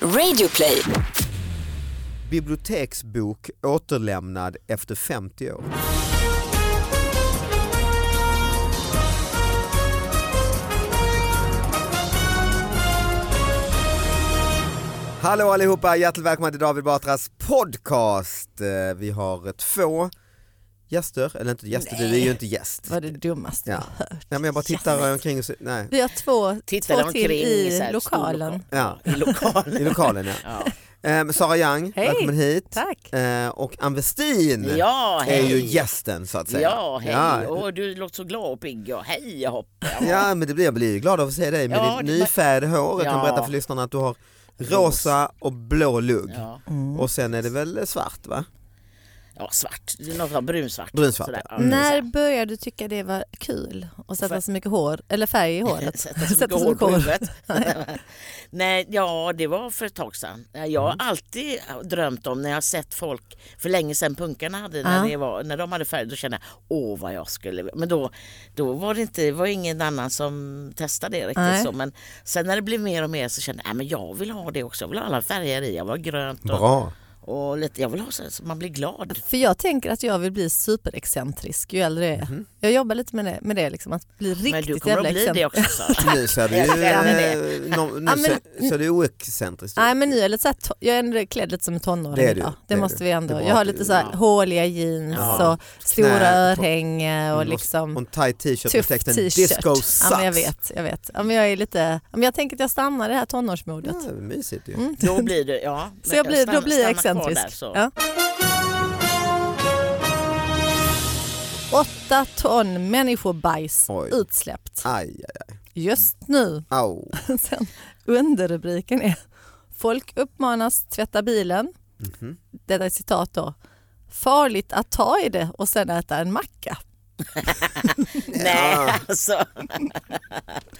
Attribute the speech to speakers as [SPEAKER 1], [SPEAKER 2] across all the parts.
[SPEAKER 1] Radioplay.
[SPEAKER 2] Biblioteksbok återlämnad efter 50 år. Hallå allihopa, hjärtligt välkomna till David Batras podcast. Eh, Vi har två gäster, eller inte gäster, du är ju inte gäst.
[SPEAKER 3] var det dummaste
[SPEAKER 2] Ja.
[SPEAKER 3] jag hört.
[SPEAKER 2] Nej, men jag bara tittar omkring och ser, nej,
[SPEAKER 3] Vi har två,
[SPEAKER 4] Tittar
[SPEAKER 3] två till
[SPEAKER 4] omkring i så
[SPEAKER 3] i
[SPEAKER 4] här Mm.
[SPEAKER 3] lokalen.
[SPEAKER 2] ja,
[SPEAKER 4] I lokalen.
[SPEAKER 2] i lokalen ja.
[SPEAKER 4] Ja.
[SPEAKER 2] Ehm, Sara Young,
[SPEAKER 3] Hej.
[SPEAKER 2] välkommen hit.
[SPEAKER 3] Tack.
[SPEAKER 2] Eh, och Ann Westin
[SPEAKER 4] Ja,
[SPEAKER 2] är
[SPEAKER 4] hej.
[SPEAKER 2] ju gästen så att säga.
[SPEAKER 4] Ja, hej.
[SPEAKER 2] Ja.
[SPEAKER 4] Åh, du låter så glad och pigg. Och hej, jag hoppas.
[SPEAKER 2] Ja men det blir, jag blir ju glad av att se dig med
[SPEAKER 4] Ja,
[SPEAKER 2] ditt
[SPEAKER 4] det-
[SPEAKER 2] nyfärgade hår. Jag kan
[SPEAKER 4] Ja.
[SPEAKER 2] berätta för lyssnarna att du har rosa och blå lugg.
[SPEAKER 4] Ja.
[SPEAKER 2] Och sen är det väl svart va?
[SPEAKER 4] ja, svart. Det är Något av brunsvart.
[SPEAKER 2] Brunsvart,
[SPEAKER 4] Sådär. Ja,
[SPEAKER 3] När började du tycka det var kul att sätta
[SPEAKER 4] För-
[SPEAKER 3] så mycket hår, eller färg i håret?
[SPEAKER 4] Sätta så mycket hår på huvudet. Nej, ja, det var för ett tag sedan. Jag har
[SPEAKER 3] Mm.
[SPEAKER 4] alltid drömt om när jag har sett folk, för länge sedan punkarna hade, när,
[SPEAKER 3] Ja.
[SPEAKER 4] det var, när de hade färg, då kände jag åh vad jag skulle vilja." Men då, då var det inte, var ingen annan som testade det riktigt
[SPEAKER 3] Nej.
[SPEAKER 4] så. Men sen när det blev mer och mer så kände jag, "Nej, men jag vill ha det också, jag vill ha alla färger i, jag vill ha grönt och,
[SPEAKER 2] Bra.
[SPEAKER 4] och lite, jag vill ha så så man blir glad.
[SPEAKER 3] För jag tänker att jag vill bli superexcentrisk ju äldre jag är. Jag jobbar lite med det, med det liksom, att bli riktigt
[SPEAKER 4] Mhm. Men du kommer
[SPEAKER 3] jävla
[SPEAKER 4] att bli det
[SPEAKER 3] excentrisk.
[SPEAKER 4] också. Sara.
[SPEAKER 2] Nu ser du ju
[SPEAKER 4] Jag känner det.
[SPEAKER 2] eh, no, nu
[SPEAKER 3] Ja, men-
[SPEAKER 2] ser, ser du oexcentrisk ut.
[SPEAKER 3] Nej men nu är jag lite så här, to- jag är ändå klädd lite som en tonåring
[SPEAKER 2] Det är du,
[SPEAKER 3] idag.
[SPEAKER 2] det
[SPEAKER 3] Det,
[SPEAKER 2] är du.
[SPEAKER 3] måste vi
[SPEAKER 2] Det
[SPEAKER 3] ändå.
[SPEAKER 2] är bra
[SPEAKER 3] Jag har
[SPEAKER 2] att du-
[SPEAKER 3] lite så här
[SPEAKER 4] ja.
[SPEAKER 3] håliga jeans
[SPEAKER 2] Ja.
[SPEAKER 3] och stora
[SPEAKER 2] Knä-
[SPEAKER 3] örhänge och
[SPEAKER 2] Mm, Och
[SPEAKER 3] liksom
[SPEAKER 2] en tight t-shirt med
[SPEAKER 3] tuff
[SPEAKER 2] texten
[SPEAKER 3] t-shirt.
[SPEAKER 2] disco sucks.
[SPEAKER 3] Ja, men jag vet, jag vet. Ja, men jag är lite, ja, men jag tänker att jag stannar i det här tonårsmodet.
[SPEAKER 2] Ja, mysigt ju.
[SPEAKER 3] Mm.
[SPEAKER 4] Då blir du, ja.
[SPEAKER 3] Så
[SPEAKER 4] men
[SPEAKER 3] jag blir,
[SPEAKER 4] stanna-
[SPEAKER 3] då blir jag
[SPEAKER 4] stanna kvar där,
[SPEAKER 3] excentrisk.
[SPEAKER 4] så.
[SPEAKER 3] Ja. Åtta ton människobajs
[SPEAKER 2] Oj.
[SPEAKER 3] utsläppt
[SPEAKER 2] Aj, aj, aj.
[SPEAKER 3] just nu.
[SPEAKER 2] Au.
[SPEAKER 3] Sen, underrubriken är Folk uppmanas tvätta bilen.
[SPEAKER 2] Mhm.
[SPEAKER 3] Detta är citat då. Farligt att ta i det och sen äta en macka.
[SPEAKER 4] Nej, alltså.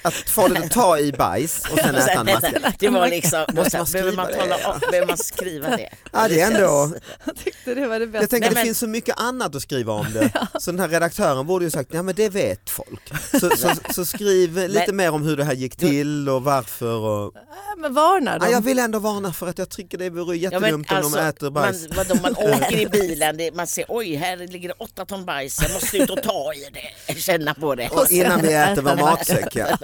[SPEAKER 2] Att få det att ta i bajs och sen äta en macka.
[SPEAKER 4] Det var liksom, och
[SPEAKER 2] man
[SPEAKER 4] sen,
[SPEAKER 2] skriva
[SPEAKER 4] behöver man
[SPEAKER 2] det?
[SPEAKER 4] tala om, behöver man skriva det?
[SPEAKER 2] Ja, det är ändå...
[SPEAKER 3] Jag tyckte det var det
[SPEAKER 2] Jag tänker
[SPEAKER 4] Nej,
[SPEAKER 2] det
[SPEAKER 4] men-
[SPEAKER 2] finns så mycket annat att skriva om det. Så den här redaktören borde ju sagt, ja men det vet folk. Så, så, så skriv lite mer om hur det här gick till och varför. Och...
[SPEAKER 3] Ja, men varnar
[SPEAKER 2] Ja, jag
[SPEAKER 3] dem.
[SPEAKER 2] vill ändå varna för att jag tycker det vore
[SPEAKER 4] Ja, alltså,
[SPEAKER 2] jättedumt om de äter bajs.
[SPEAKER 4] Man, vadå, man åker i bilen, det, man ser oj här ligger det åtta ton bajs, jag måste ut och ta i det, känna på det.
[SPEAKER 2] Och innan vi äter vår
[SPEAKER 3] Äta
[SPEAKER 2] matsäck. Ja.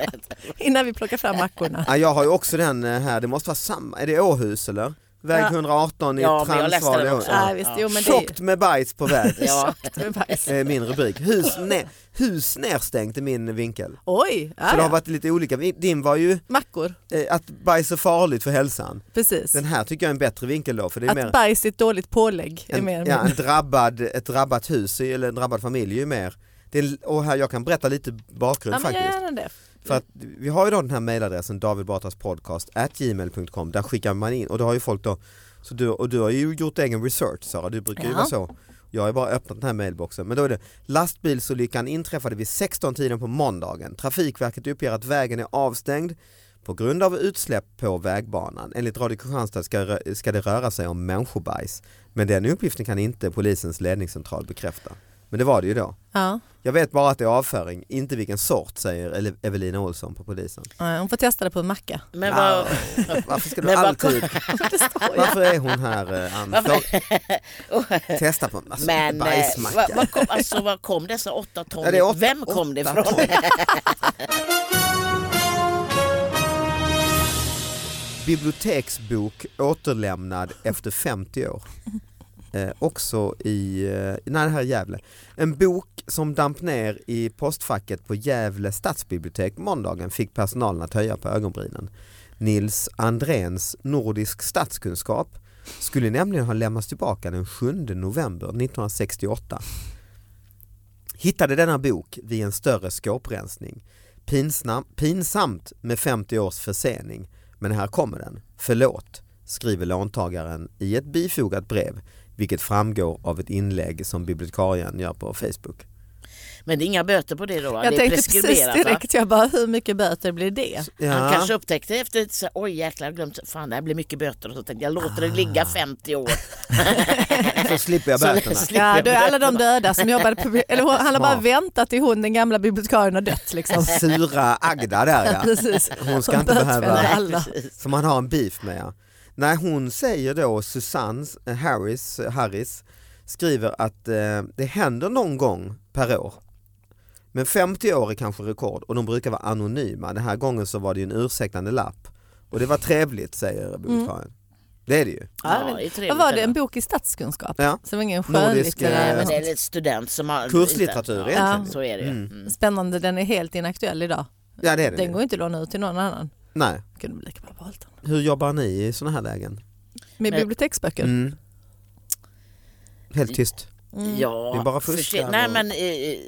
[SPEAKER 3] Innan vi plockar fram mackorna.
[SPEAKER 2] Ja, jag har ju också den eh, här, det måste vara samma, är det Åhus eller? Väg
[SPEAKER 3] Ja.
[SPEAKER 2] 118 i
[SPEAKER 4] Ja, men jag läste
[SPEAKER 2] Transvaal. i
[SPEAKER 4] den
[SPEAKER 2] Åhus.
[SPEAKER 4] också.
[SPEAKER 3] Ja,
[SPEAKER 2] Ja.
[SPEAKER 3] visst, jo, men det är ju
[SPEAKER 2] Tjockt med bajs på väg.
[SPEAKER 4] Ja.
[SPEAKER 3] tjockt med bajs.
[SPEAKER 2] är Min rubrik. Hus, ne- hus nerstängt är min vinkel.
[SPEAKER 3] Oj,
[SPEAKER 2] Så
[SPEAKER 3] ja,
[SPEAKER 2] det har
[SPEAKER 3] ja.
[SPEAKER 2] varit lite olika. Din var ju
[SPEAKER 3] mackor.
[SPEAKER 2] eh, att bajs är farligt för hälsan.
[SPEAKER 3] Precis.
[SPEAKER 2] Den här tycker jag är en bättre vinkel då för det är mer,
[SPEAKER 3] Att bajs är ett dåligt pålägg. Är
[SPEAKER 2] en,
[SPEAKER 3] mer
[SPEAKER 2] ja, en drabbad, ett drabbat hus eller en drabbad familj är ju mer det är, och här, jag kan berätta lite bakgrund
[SPEAKER 3] ja, men jag
[SPEAKER 2] faktiskt.
[SPEAKER 3] gör det.
[SPEAKER 2] För att vi har ju då den här mejladressen davidbatraspodcast.gmail.com där skickar man in och då har ju folk då, så du, och du har ju gjort egen research Sara, du brukar ju
[SPEAKER 3] Ja.
[SPEAKER 2] vara så. Jag har ju bara öppnat den här mailboxen. Men då är det lastbilsolyckan inträffade vid 16-tiden på måndagen. Trafikverket uppger att vägen är avstängd på grund av utsläpp på vägbanan. Enligt Radio Kristianstad ska, rö- ska det röra sig om människobajs. Men den uppgiften kan inte polisens ledningscentral bekräfta. Men det var det ju då.
[SPEAKER 3] Ja.
[SPEAKER 2] Jag vet bara att det är avföring, inte vilken sort säger Ele- Evelina Olsson på polisen.
[SPEAKER 3] Ja, Hon får testa det på en macka.
[SPEAKER 4] Men vad,
[SPEAKER 2] Varför ska du
[SPEAKER 4] Men vad-
[SPEAKER 2] alltid... Varför är hon här eh, Ann? Fråga- Testa på alltså,
[SPEAKER 4] Oh. men, eh,
[SPEAKER 2] bajsmacka.
[SPEAKER 4] vad, vad kom, alltså, vad kom dessa åtta ton?
[SPEAKER 2] Ja, det är åtta-
[SPEAKER 4] Vem kom det
[SPEAKER 2] åtta
[SPEAKER 4] ifrån?
[SPEAKER 2] ton. Biblioteksbok återlämnad efter 50 år. Eh, också i, eh, nej det här är Gävle. En bok som damp ner i postfacket på Gävle stadsbibliotek måndagen fick personalen att höja på ögonbrynen. Nils Andréns Nordisk statskunskap skulle nämligen ha lämnats tillbaka den 7 november 1968. Hittade denna bok vid en större skåprensning. Pinsna, pinsamt med 50 års försening, men här kommer den. Förlåt, skriver låntagaren i ett bifogat brev, vilket framgår av ett inlägg som bibliotekarien gör på Facebook.
[SPEAKER 4] Men det är inga böter på det då? va?
[SPEAKER 3] Jag
[SPEAKER 4] det är
[SPEAKER 3] tänkte precis
[SPEAKER 4] preskriberat va?
[SPEAKER 3] direkt, jag bara hur mycket böter blir det?
[SPEAKER 4] Han kanske upptäckte efter ett så här, oj jäklar jag glömt, fan det här blir mycket böter och så tänkte jag låter det
[SPEAKER 2] Ah.
[SPEAKER 4] ligga 50 år.
[SPEAKER 2] så slipper jag böterna.
[SPEAKER 4] Så slipper
[SPEAKER 3] Ja,
[SPEAKER 4] jag
[SPEAKER 3] då är alla de
[SPEAKER 4] böterna.
[SPEAKER 3] döda som jobbade på... Eller hon, han har bara
[SPEAKER 2] Smart.
[SPEAKER 3] väntat till hon, den gamla bibliotekarien, har dött. Liksom.
[SPEAKER 2] Sura Agda där ja.
[SPEAKER 3] Precis.
[SPEAKER 2] Hon ska inte behöva,
[SPEAKER 3] alla.
[SPEAKER 2] som han har en beef med ja. Nej, hon säger då, Susanne eh, Harris, Harris skriver att eh, det händer någon gång per år. Men 50 år är kanske rekord och de brukar vara anonyma. Den här gången så var det ju en ursäktande lapp. Och det var trevligt säger
[SPEAKER 3] Mm.
[SPEAKER 2] bibliotekarien. Det är det ju.
[SPEAKER 4] Ja,
[SPEAKER 3] Ja,
[SPEAKER 4] det är trevligt
[SPEAKER 3] Vad var det?
[SPEAKER 4] ändå.
[SPEAKER 3] En bok i statskunskap?
[SPEAKER 2] Ja.
[SPEAKER 3] Som ingen
[SPEAKER 2] Nordisk,
[SPEAKER 4] Nej,
[SPEAKER 2] eh,
[SPEAKER 3] skönlitterär.
[SPEAKER 4] men det är lite student som har...
[SPEAKER 2] Kurslitteratur
[SPEAKER 4] Ja,
[SPEAKER 2] egentligen.
[SPEAKER 4] Så är det ju.
[SPEAKER 2] Mm.
[SPEAKER 4] Mm.
[SPEAKER 3] Spännande, den är helt inaktuell idag.
[SPEAKER 2] Ja det är det.
[SPEAKER 3] Den
[SPEAKER 2] ju.
[SPEAKER 3] går inte att låna ut till någon annan.
[SPEAKER 2] Nej.
[SPEAKER 3] Kunde väl lika bra valt den.
[SPEAKER 2] Hur jobbar ni i sådana här lägen?
[SPEAKER 3] Med
[SPEAKER 4] Men-
[SPEAKER 3] biblioteksböcker.
[SPEAKER 2] Mm. Helt tyst.
[SPEAKER 3] Mm.
[SPEAKER 4] Ja,
[SPEAKER 2] Det är bara
[SPEAKER 4] förse-
[SPEAKER 2] fuskar
[SPEAKER 4] Nej,
[SPEAKER 2] och-
[SPEAKER 4] men eh, eh,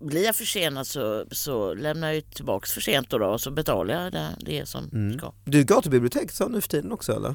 [SPEAKER 4] blir jag försenad så, så lämnar jag ju tillbaka för sent då, då och så betalar jag det, det som
[SPEAKER 2] Mm.
[SPEAKER 4] ska.
[SPEAKER 2] Du går till biblioteket så nu för tiden också eller?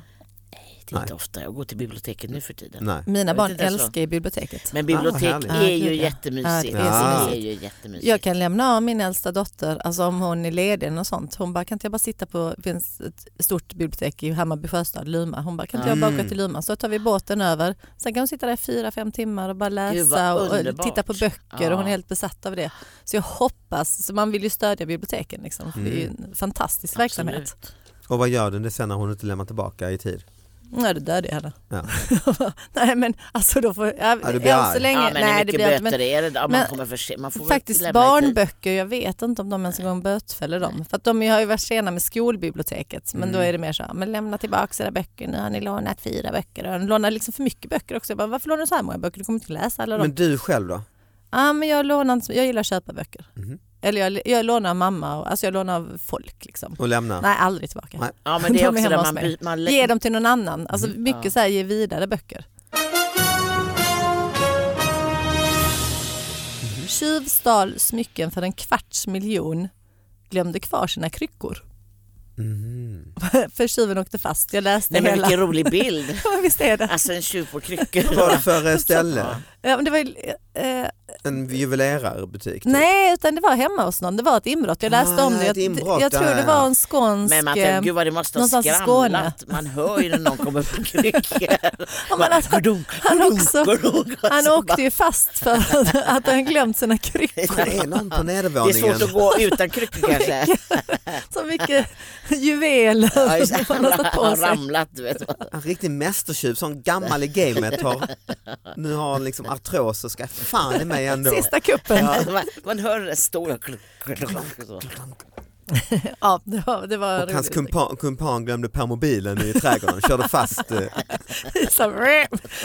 [SPEAKER 4] Det är inte ofta jag går till biblioteket nu för tiden.
[SPEAKER 2] Nej.
[SPEAKER 3] Mina
[SPEAKER 4] Jag
[SPEAKER 3] barn
[SPEAKER 4] vet inte ens
[SPEAKER 3] älskar ju biblioteket.
[SPEAKER 4] Men
[SPEAKER 2] Ah,
[SPEAKER 4] bibliotek
[SPEAKER 2] vad härligt.
[SPEAKER 4] är
[SPEAKER 3] Ja,
[SPEAKER 4] ju
[SPEAKER 3] gud, ja. Ja, det
[SPEAKER 4] jättemysigt.
[SPEAKER 3] är
[SPEAKER 4] Det
[SPEAKER 2] så
[SPEAKER 4] är
[SPEAKER 3] mysigt.
[SPEAKER 4] ju jättemysigt.
[SPEAKER 3] Jag kan lämna av min äldsta dotter, alltså om hon är ledig och sånt. Hon bara, kan inte jag bara sitta på, det finns ett stort bibliotek i Hammarby sjöstad, Luma. Hon bara, kan inte jag bara
[SPEAKER 2] Mm.
[SPEAKER 3] åka till Luma? Så tar vi båten över. Sen kan hon sitta där i fyra, fem timmar och bara läsa
[SPEAKER 4] vad
[SPEAKER 3] och, och
[SPEAKER 4] underbart.
[SPEAKER 3] titta på böcker
[SPEAKER 4] Ja.
[SPEAKER 3] och hon är helt besatt av det. Så jag hoppas, så man vill ju stödja biblioteken liksom. för Det är ju en fantastisk verksamhet.
[SPEAKER 4] Mm. Absolut.
[SPEAKER 2] Och vad gör den det sen när hon inte lämnar tillbaka i tid?
[SPEAKER 3] Nej, då dödar jag henne.
[SPEAKER 2] Ja.
[SPEAKER 3] nej men alltså då får jag,
[SPEAKER 2] Ja, du blir
[SPEAKER 3] än så
[SPEAKER 2] arg.
[SPEAKER 4] Ja,
[SPEAKER 3] länge,
[SPEAKER 4] men
[SPEAKER 3] nej
[SPEAKER 4] hur
[SPEAKER 3] det
[SPEAKER 4] mycket
[SPEAKER 3] blir jag inte. Men
[SPEAKER 4] böter är det? Ja, man
[SPEAKER 3] men-
[SPEAKER 4] kommer för sent. Man får väl
[SPEAKER 3] Faktiskt
[SPEAKER 4] lämna i tid.
[SPEAKER 3] barnböcker, jag vet inte om de ens en gång bötfäller dem. För att de har ju varit sena med skolbiblioteket. Men
[SPEAKER 4] Mm.
[SPEAKER 3] då är det mer så här, men lämna tillbaka era böcker, nu har ni lånat fyra böcker. Och de lånar liksom för mycket böcker också. Jag bara, varför lånar du så här många böcker? Du kommer inte läsa alla dem.
[SPEAKER 2] Men du själv då?
[SPEAKER 3] ah, men jag, lånar, inte- jag gillar att köpa böcker.
[SPEAKER 2] Mhm.
[SPEAKER 3] Eller jag, jag lånar av mamma, och, alltså jag lånar av folk liksom.
[SPEAKER 2] Och lämna?
[SPEAKER 3] Nej, aldrig tillbaka.
[SPEAKER 2] Nej.
[SPEAKER 4] Ja, men det
[SPEAKER 3] De är
[SPEAKER 4] är också
[SPEAKER 3] hemma
[SPEAKER 4] där
[SPEAKER 3] hos
[SPEAKER 4] man,
[SPEAKER 3] mig.
[SPEAKER 4] by- man
[SPEAKER 3] Ge dem till någon annan. Alltså mycket
[SPEAKER 4] Mm. Ja.
[SPEAKER 3] så här, ge vidare böcker.
[SPEAKER 4] Mm.
[SPEAKER 3] Tjuv stal smycken för en kvarts miljon, glömde kvar sina kryckor. Eh,
[SPEAKER 2] Mhm.
[SPEAKER 3] för tjuven åkte fast. Jag läste
[SPEAKER 4] Nej, men
[SPEAKER 3] hela.
[SPEAKER 4] vilken rolig bild.
[SPEAKER 3] Ja, men Visst är det.
[SPEAKER 4] Alltså en tjuv på kryckor.
[SPEAKER 2] Vad var det för eh, ställe?
[SPEAKER 4] Ja.
[SPEAKER 3] Ja, men det var, ju, eh,
[SPEAKER 2] En juvelerarbutik? typ?
[SPEAKER 3] nej, utan det var hemma hos någon. Det var ett inbrott. Jag läste
[SPEAKER 2] Ah,
[SPEAKER 3] om det.
[SPEAKER 2] ett
[SPEAKER 3] Jag,
[SPEAKER 2] inbrott,
[SPEAKER 3] jag tror
[SPEAKER 2] ja,
[SPEAKER 3] det
[SPEAKER 2] ja.
[SPEAKER 3] var en skånsk...
[SPEAKER 4] ah. Men man
[SPEAKER 3] eh,
[SPEAKER 4] tänker, gud vad det måste ha
[SPEAKER 3] någonstans i
[SPEAKER 4] skramlat. Man hör ju när någon kommer på kryckor.
[SPEAKER 3] ja, men alltså,
[SPEAKER 4] Gudunk,
[SPEAKER 3] han, också,
[SPEAKER 4] gudunk, och
[SPEAKER 3] han
[SPEAKER 4] så
[SPEAKER 3] åkte ju fast för att, att han glömt sina kryckor.
[SPEAKER 2] Det är någon på
[SPEAKER 4] Alltså, bara- Det är
[SPEAKER 2] nedervåningen.
[SPEAKER 4] svårt att gå utan kryckor kanske.
[SPEAKER 3] Så mycket juveler
[SPEAKER 4] Ja, just det.
[SPEAKER 3] som man har satt på
[SPEAKER 4] Han
[SPEAKER 3] sig.
[SPEAKER 4] ramlat, du vet.
[SPEAKER 2] En riktig mästertjuv, sån gammal i gamet. Har, nu har han liksom artros och ska fan i mig ändå.
[SPEAKER 3] Sista kuppen. Ja,
[SPEAKER 4] Man- Man hör det stora klunk, klunk, klunk.
[SPEAKER 3] det var, det var
[SPEAKER 2] Och hans
[SPEAKER 3] roligt.
[SPEAKER 2] kumpan, kumpan glömde permobilen i trädgården, körde fast. eh,
[SPEAKER 3] Så,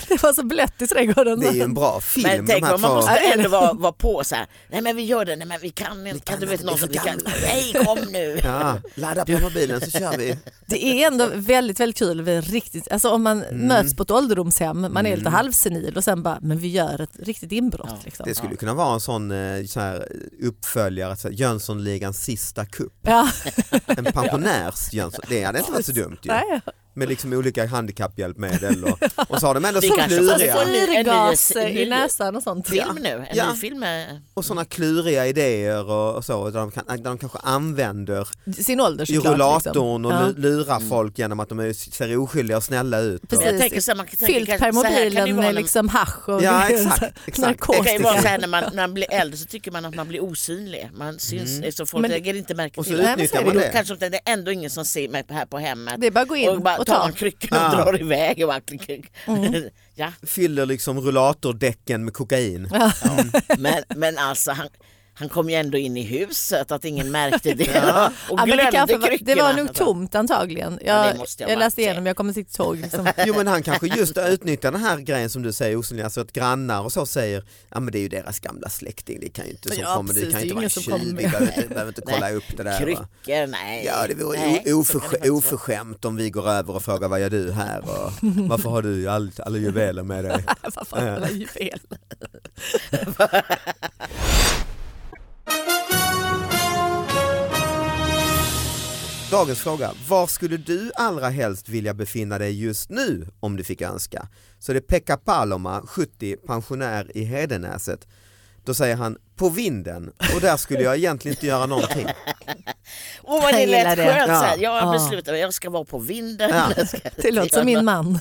[SPEAKER 3] det var så blött i trädgården.
[SPEAKER 2] Det är ju en bra film.
[SPEAKER 4] Men tänk
[SPEAKER 2] de här
[SPEAKER 4] vad man
[SPEAKER 2] två.
[SPEAKER 4] måste ändå vara, vara på så här. Nej men vi gör det, nej men vi kan inte.
[SPEAKER 2] kan
[SPEAKER 4] du vet
[SPEAKER 2] inte,
[SPEAKER 4] någon
[SPEAKER 2] vi är
[SPEAKER 4] som
[SPEAKER 2] för
[SPEAKER 4] vi kan.
[SPEAKER 2] gamla.
[SPEAKER 4] Nej kom nu.
[SPEAKER 2] Ja, ladda permobilen så kör vi.
[SPEAKER 3] Det är ändå väldigt, väldigt kul. Vi är Riktigt, alltså om man
[SPEAKER 2] Mm.
[SPEAKER 3] möts på ett ålderdomshem, man är lite halvsenil och sen bara, men vi gör ett riktigt inbrott.
[SPEAKER 4] Ja,
[SPEAKER 3] liksom.
[SPEAKER 2] Det skulle kunna vara en sån eh, så här uppföljare, så här, Jönssonligans sista kupp.
[SPEAKER 3] Ja,
[SPEAKER 2] En pensionärs Jönsson. Det hade inte varit så dumt ju.
[SPEAKER 3] nej.
[SPEAKER 2] Med liksom olika handikapphjälpmedel och, och så har de ändå
[SPEAKER 4] Vi
[SPEAKER 2] så
[SPEAKER 4] kanske
[SPEAKER 3] Så
[SPEAKER 2] kluriga.
[SPEAKER 4] får-
[SPEAKER 3] Syrgas
[SPEAKER 4] En ny- en ny-
[SPEAKER 3] i näsan och sånt.
[SPEAKER 4] Film nu, en
[SPEAKER 2] Ja.
[SPEAKER 4] ny film. är-
[SPEAKER 2] Och sådana kluriga idéer och, och så, där de, kan, där de kanske använder
[SPEAKER 3] Sin ålder
[SPEAKER 2] i
[SPEAKER 3] såklart. liksom.
[SPEAKER 2] rullatorn och
[SPEAKER 3] Ja.
[SPEAKER 2] lu- lurar
[SPEAKER 4] Mm.
[SPEAKER 2] folk genom att de är, ser oskyldiga och snälla ut. Och,
[SPEAKER 4] Men
[SPEAKER 3] Precis.
[SPEAKER 4] jag tänker så här, man kan tänka
[SPEAKER 3] Fyllt
[SPEAKER 4] kanske- så här kan det ju
[SPEAKER 3] permobilen
[SPEAKER 4] vara
[SPEAKER 3] med
[SPEAKER 4] när-
[SPEAKER 3] liksom hasch och
[SPEAKER 2] Ja, exakt, exakt.
[SPEAKER 4] Det kan ju vara så
[SPEAKER 3] narkotika.
[SPEAKER 4] här när man, när man blir äldre så tycker man att man blir osynlig. Man syns, så folk
[SPEAKER 3] Mm. Men-
[SPEAKER 4] lägger inte märke
[SPEAKER 2] och så
[SPEAKER 4] till det.
[SPEAKER 3] men så är
[SPEAKER 2] utnyttjar
[SPEAKER 3] det
[SPEAKER 2] man
[SPEAKER 4] Då
[SPEAKER 2] det.
[SPEAKER 4] kanske det är ändå ingen som ser mig här på hemmet.
[SPEAKER 3] Det är bara att gå in
[SPEAKER 4] och bara
[SPEAKER 3] och
[SPEAKER 4] tar
[SPEAKER 3] ta. Mm.
[SPEAKER 4] man kryckan och
[SPEAKER 2] Ah.
[SPEAKER 4] drar iväg. Och bara, klick, klick. ja.
[SPEAKER 2] Fyller liksom rullatordäcken med kokain.
[SPEAKER 4] men, men alltså han, han kom ju ändå in i huset att ingen märkte det. Och
[SPEAKER 3] Ja, men
[SPEAKER 4] glömde
[SPEAKER 3] det, kanske var,
[SPEAKER 4] kryckorna.
[SPEAKER 3] det var nog tomt antagligen.
[SPEAKER 4] Ja,
[SPEAKER 3] Jag,
[SPEAKER 4] det måste jag
[SPEAKER 3] jag
[SPEAKER 4] vara.
[SPEAKER 3] läste igenom, jag kommer inte riktigt ihåg. Liksom.
[SPEAKER 2] Jo men han kanske just utnyttjar den här grejen som du säger osynliga, alltså att grannar och så säger ja men det är ju deras gamla släkting, det kan ju inte, som
[SPEAKER 3] Ja,
[SPEAKER 2] kommer, det
[SPEAKER 3] precis,
[SPEAKER 2] kan
[SPEAKER 3] det är
[SPEAKER 2] ju inte vara
[SPEAKER 3] ingen
[SPEAKER 2] en
[SPEAKER 3] som
[SPEAKER 2] tjuv, vi
[SPEAKER 3] kommer.
[SPEAKER 2] behöver inte, behöver inte kolla upp det där. Va?
[SPEAKER 4] Kryckor, nej.
[SPEAKER 2] Ja det vore
[SPEAKER 4] Nej,
[SPEAKER 2] o- oförskä-
[SPEAKER 4] så kan det faktiskt vara.
[SPEAKER 2] oförskämt om vi går över och frågar vad gör du här och varför har du all, alla juveler med dig?
[SPEAKER 3] Vad fan, det var ju fel.
[SPEAKER 2] Dagens fråga, var skulle du allra helst vilja befinna dig just nu om du fick önska? Så det är Pekka Paloma, 70, pensionär i Hedenäset. Då säger han på vinden och där skulle jag egentligen inte göra någonting.
[SPEAKER 4] Åh vad det
[SPEAKER 3] Jag gillar
[SPEAKER 4] lät
[SPEAKER 3] det.
[SPEAKER 4] skönt. så här.
[SPEAKER 2] Ja.
[SPEAKER 4] Jag
[SPEAKER 3] Ja.
[SPEAKER 4] beslutar jag ska vara på vinden.
[SPEAKER 2] Ja.
[SPEAKER 4] Jag ska-
[SPEAKER 3] Det låter som min man.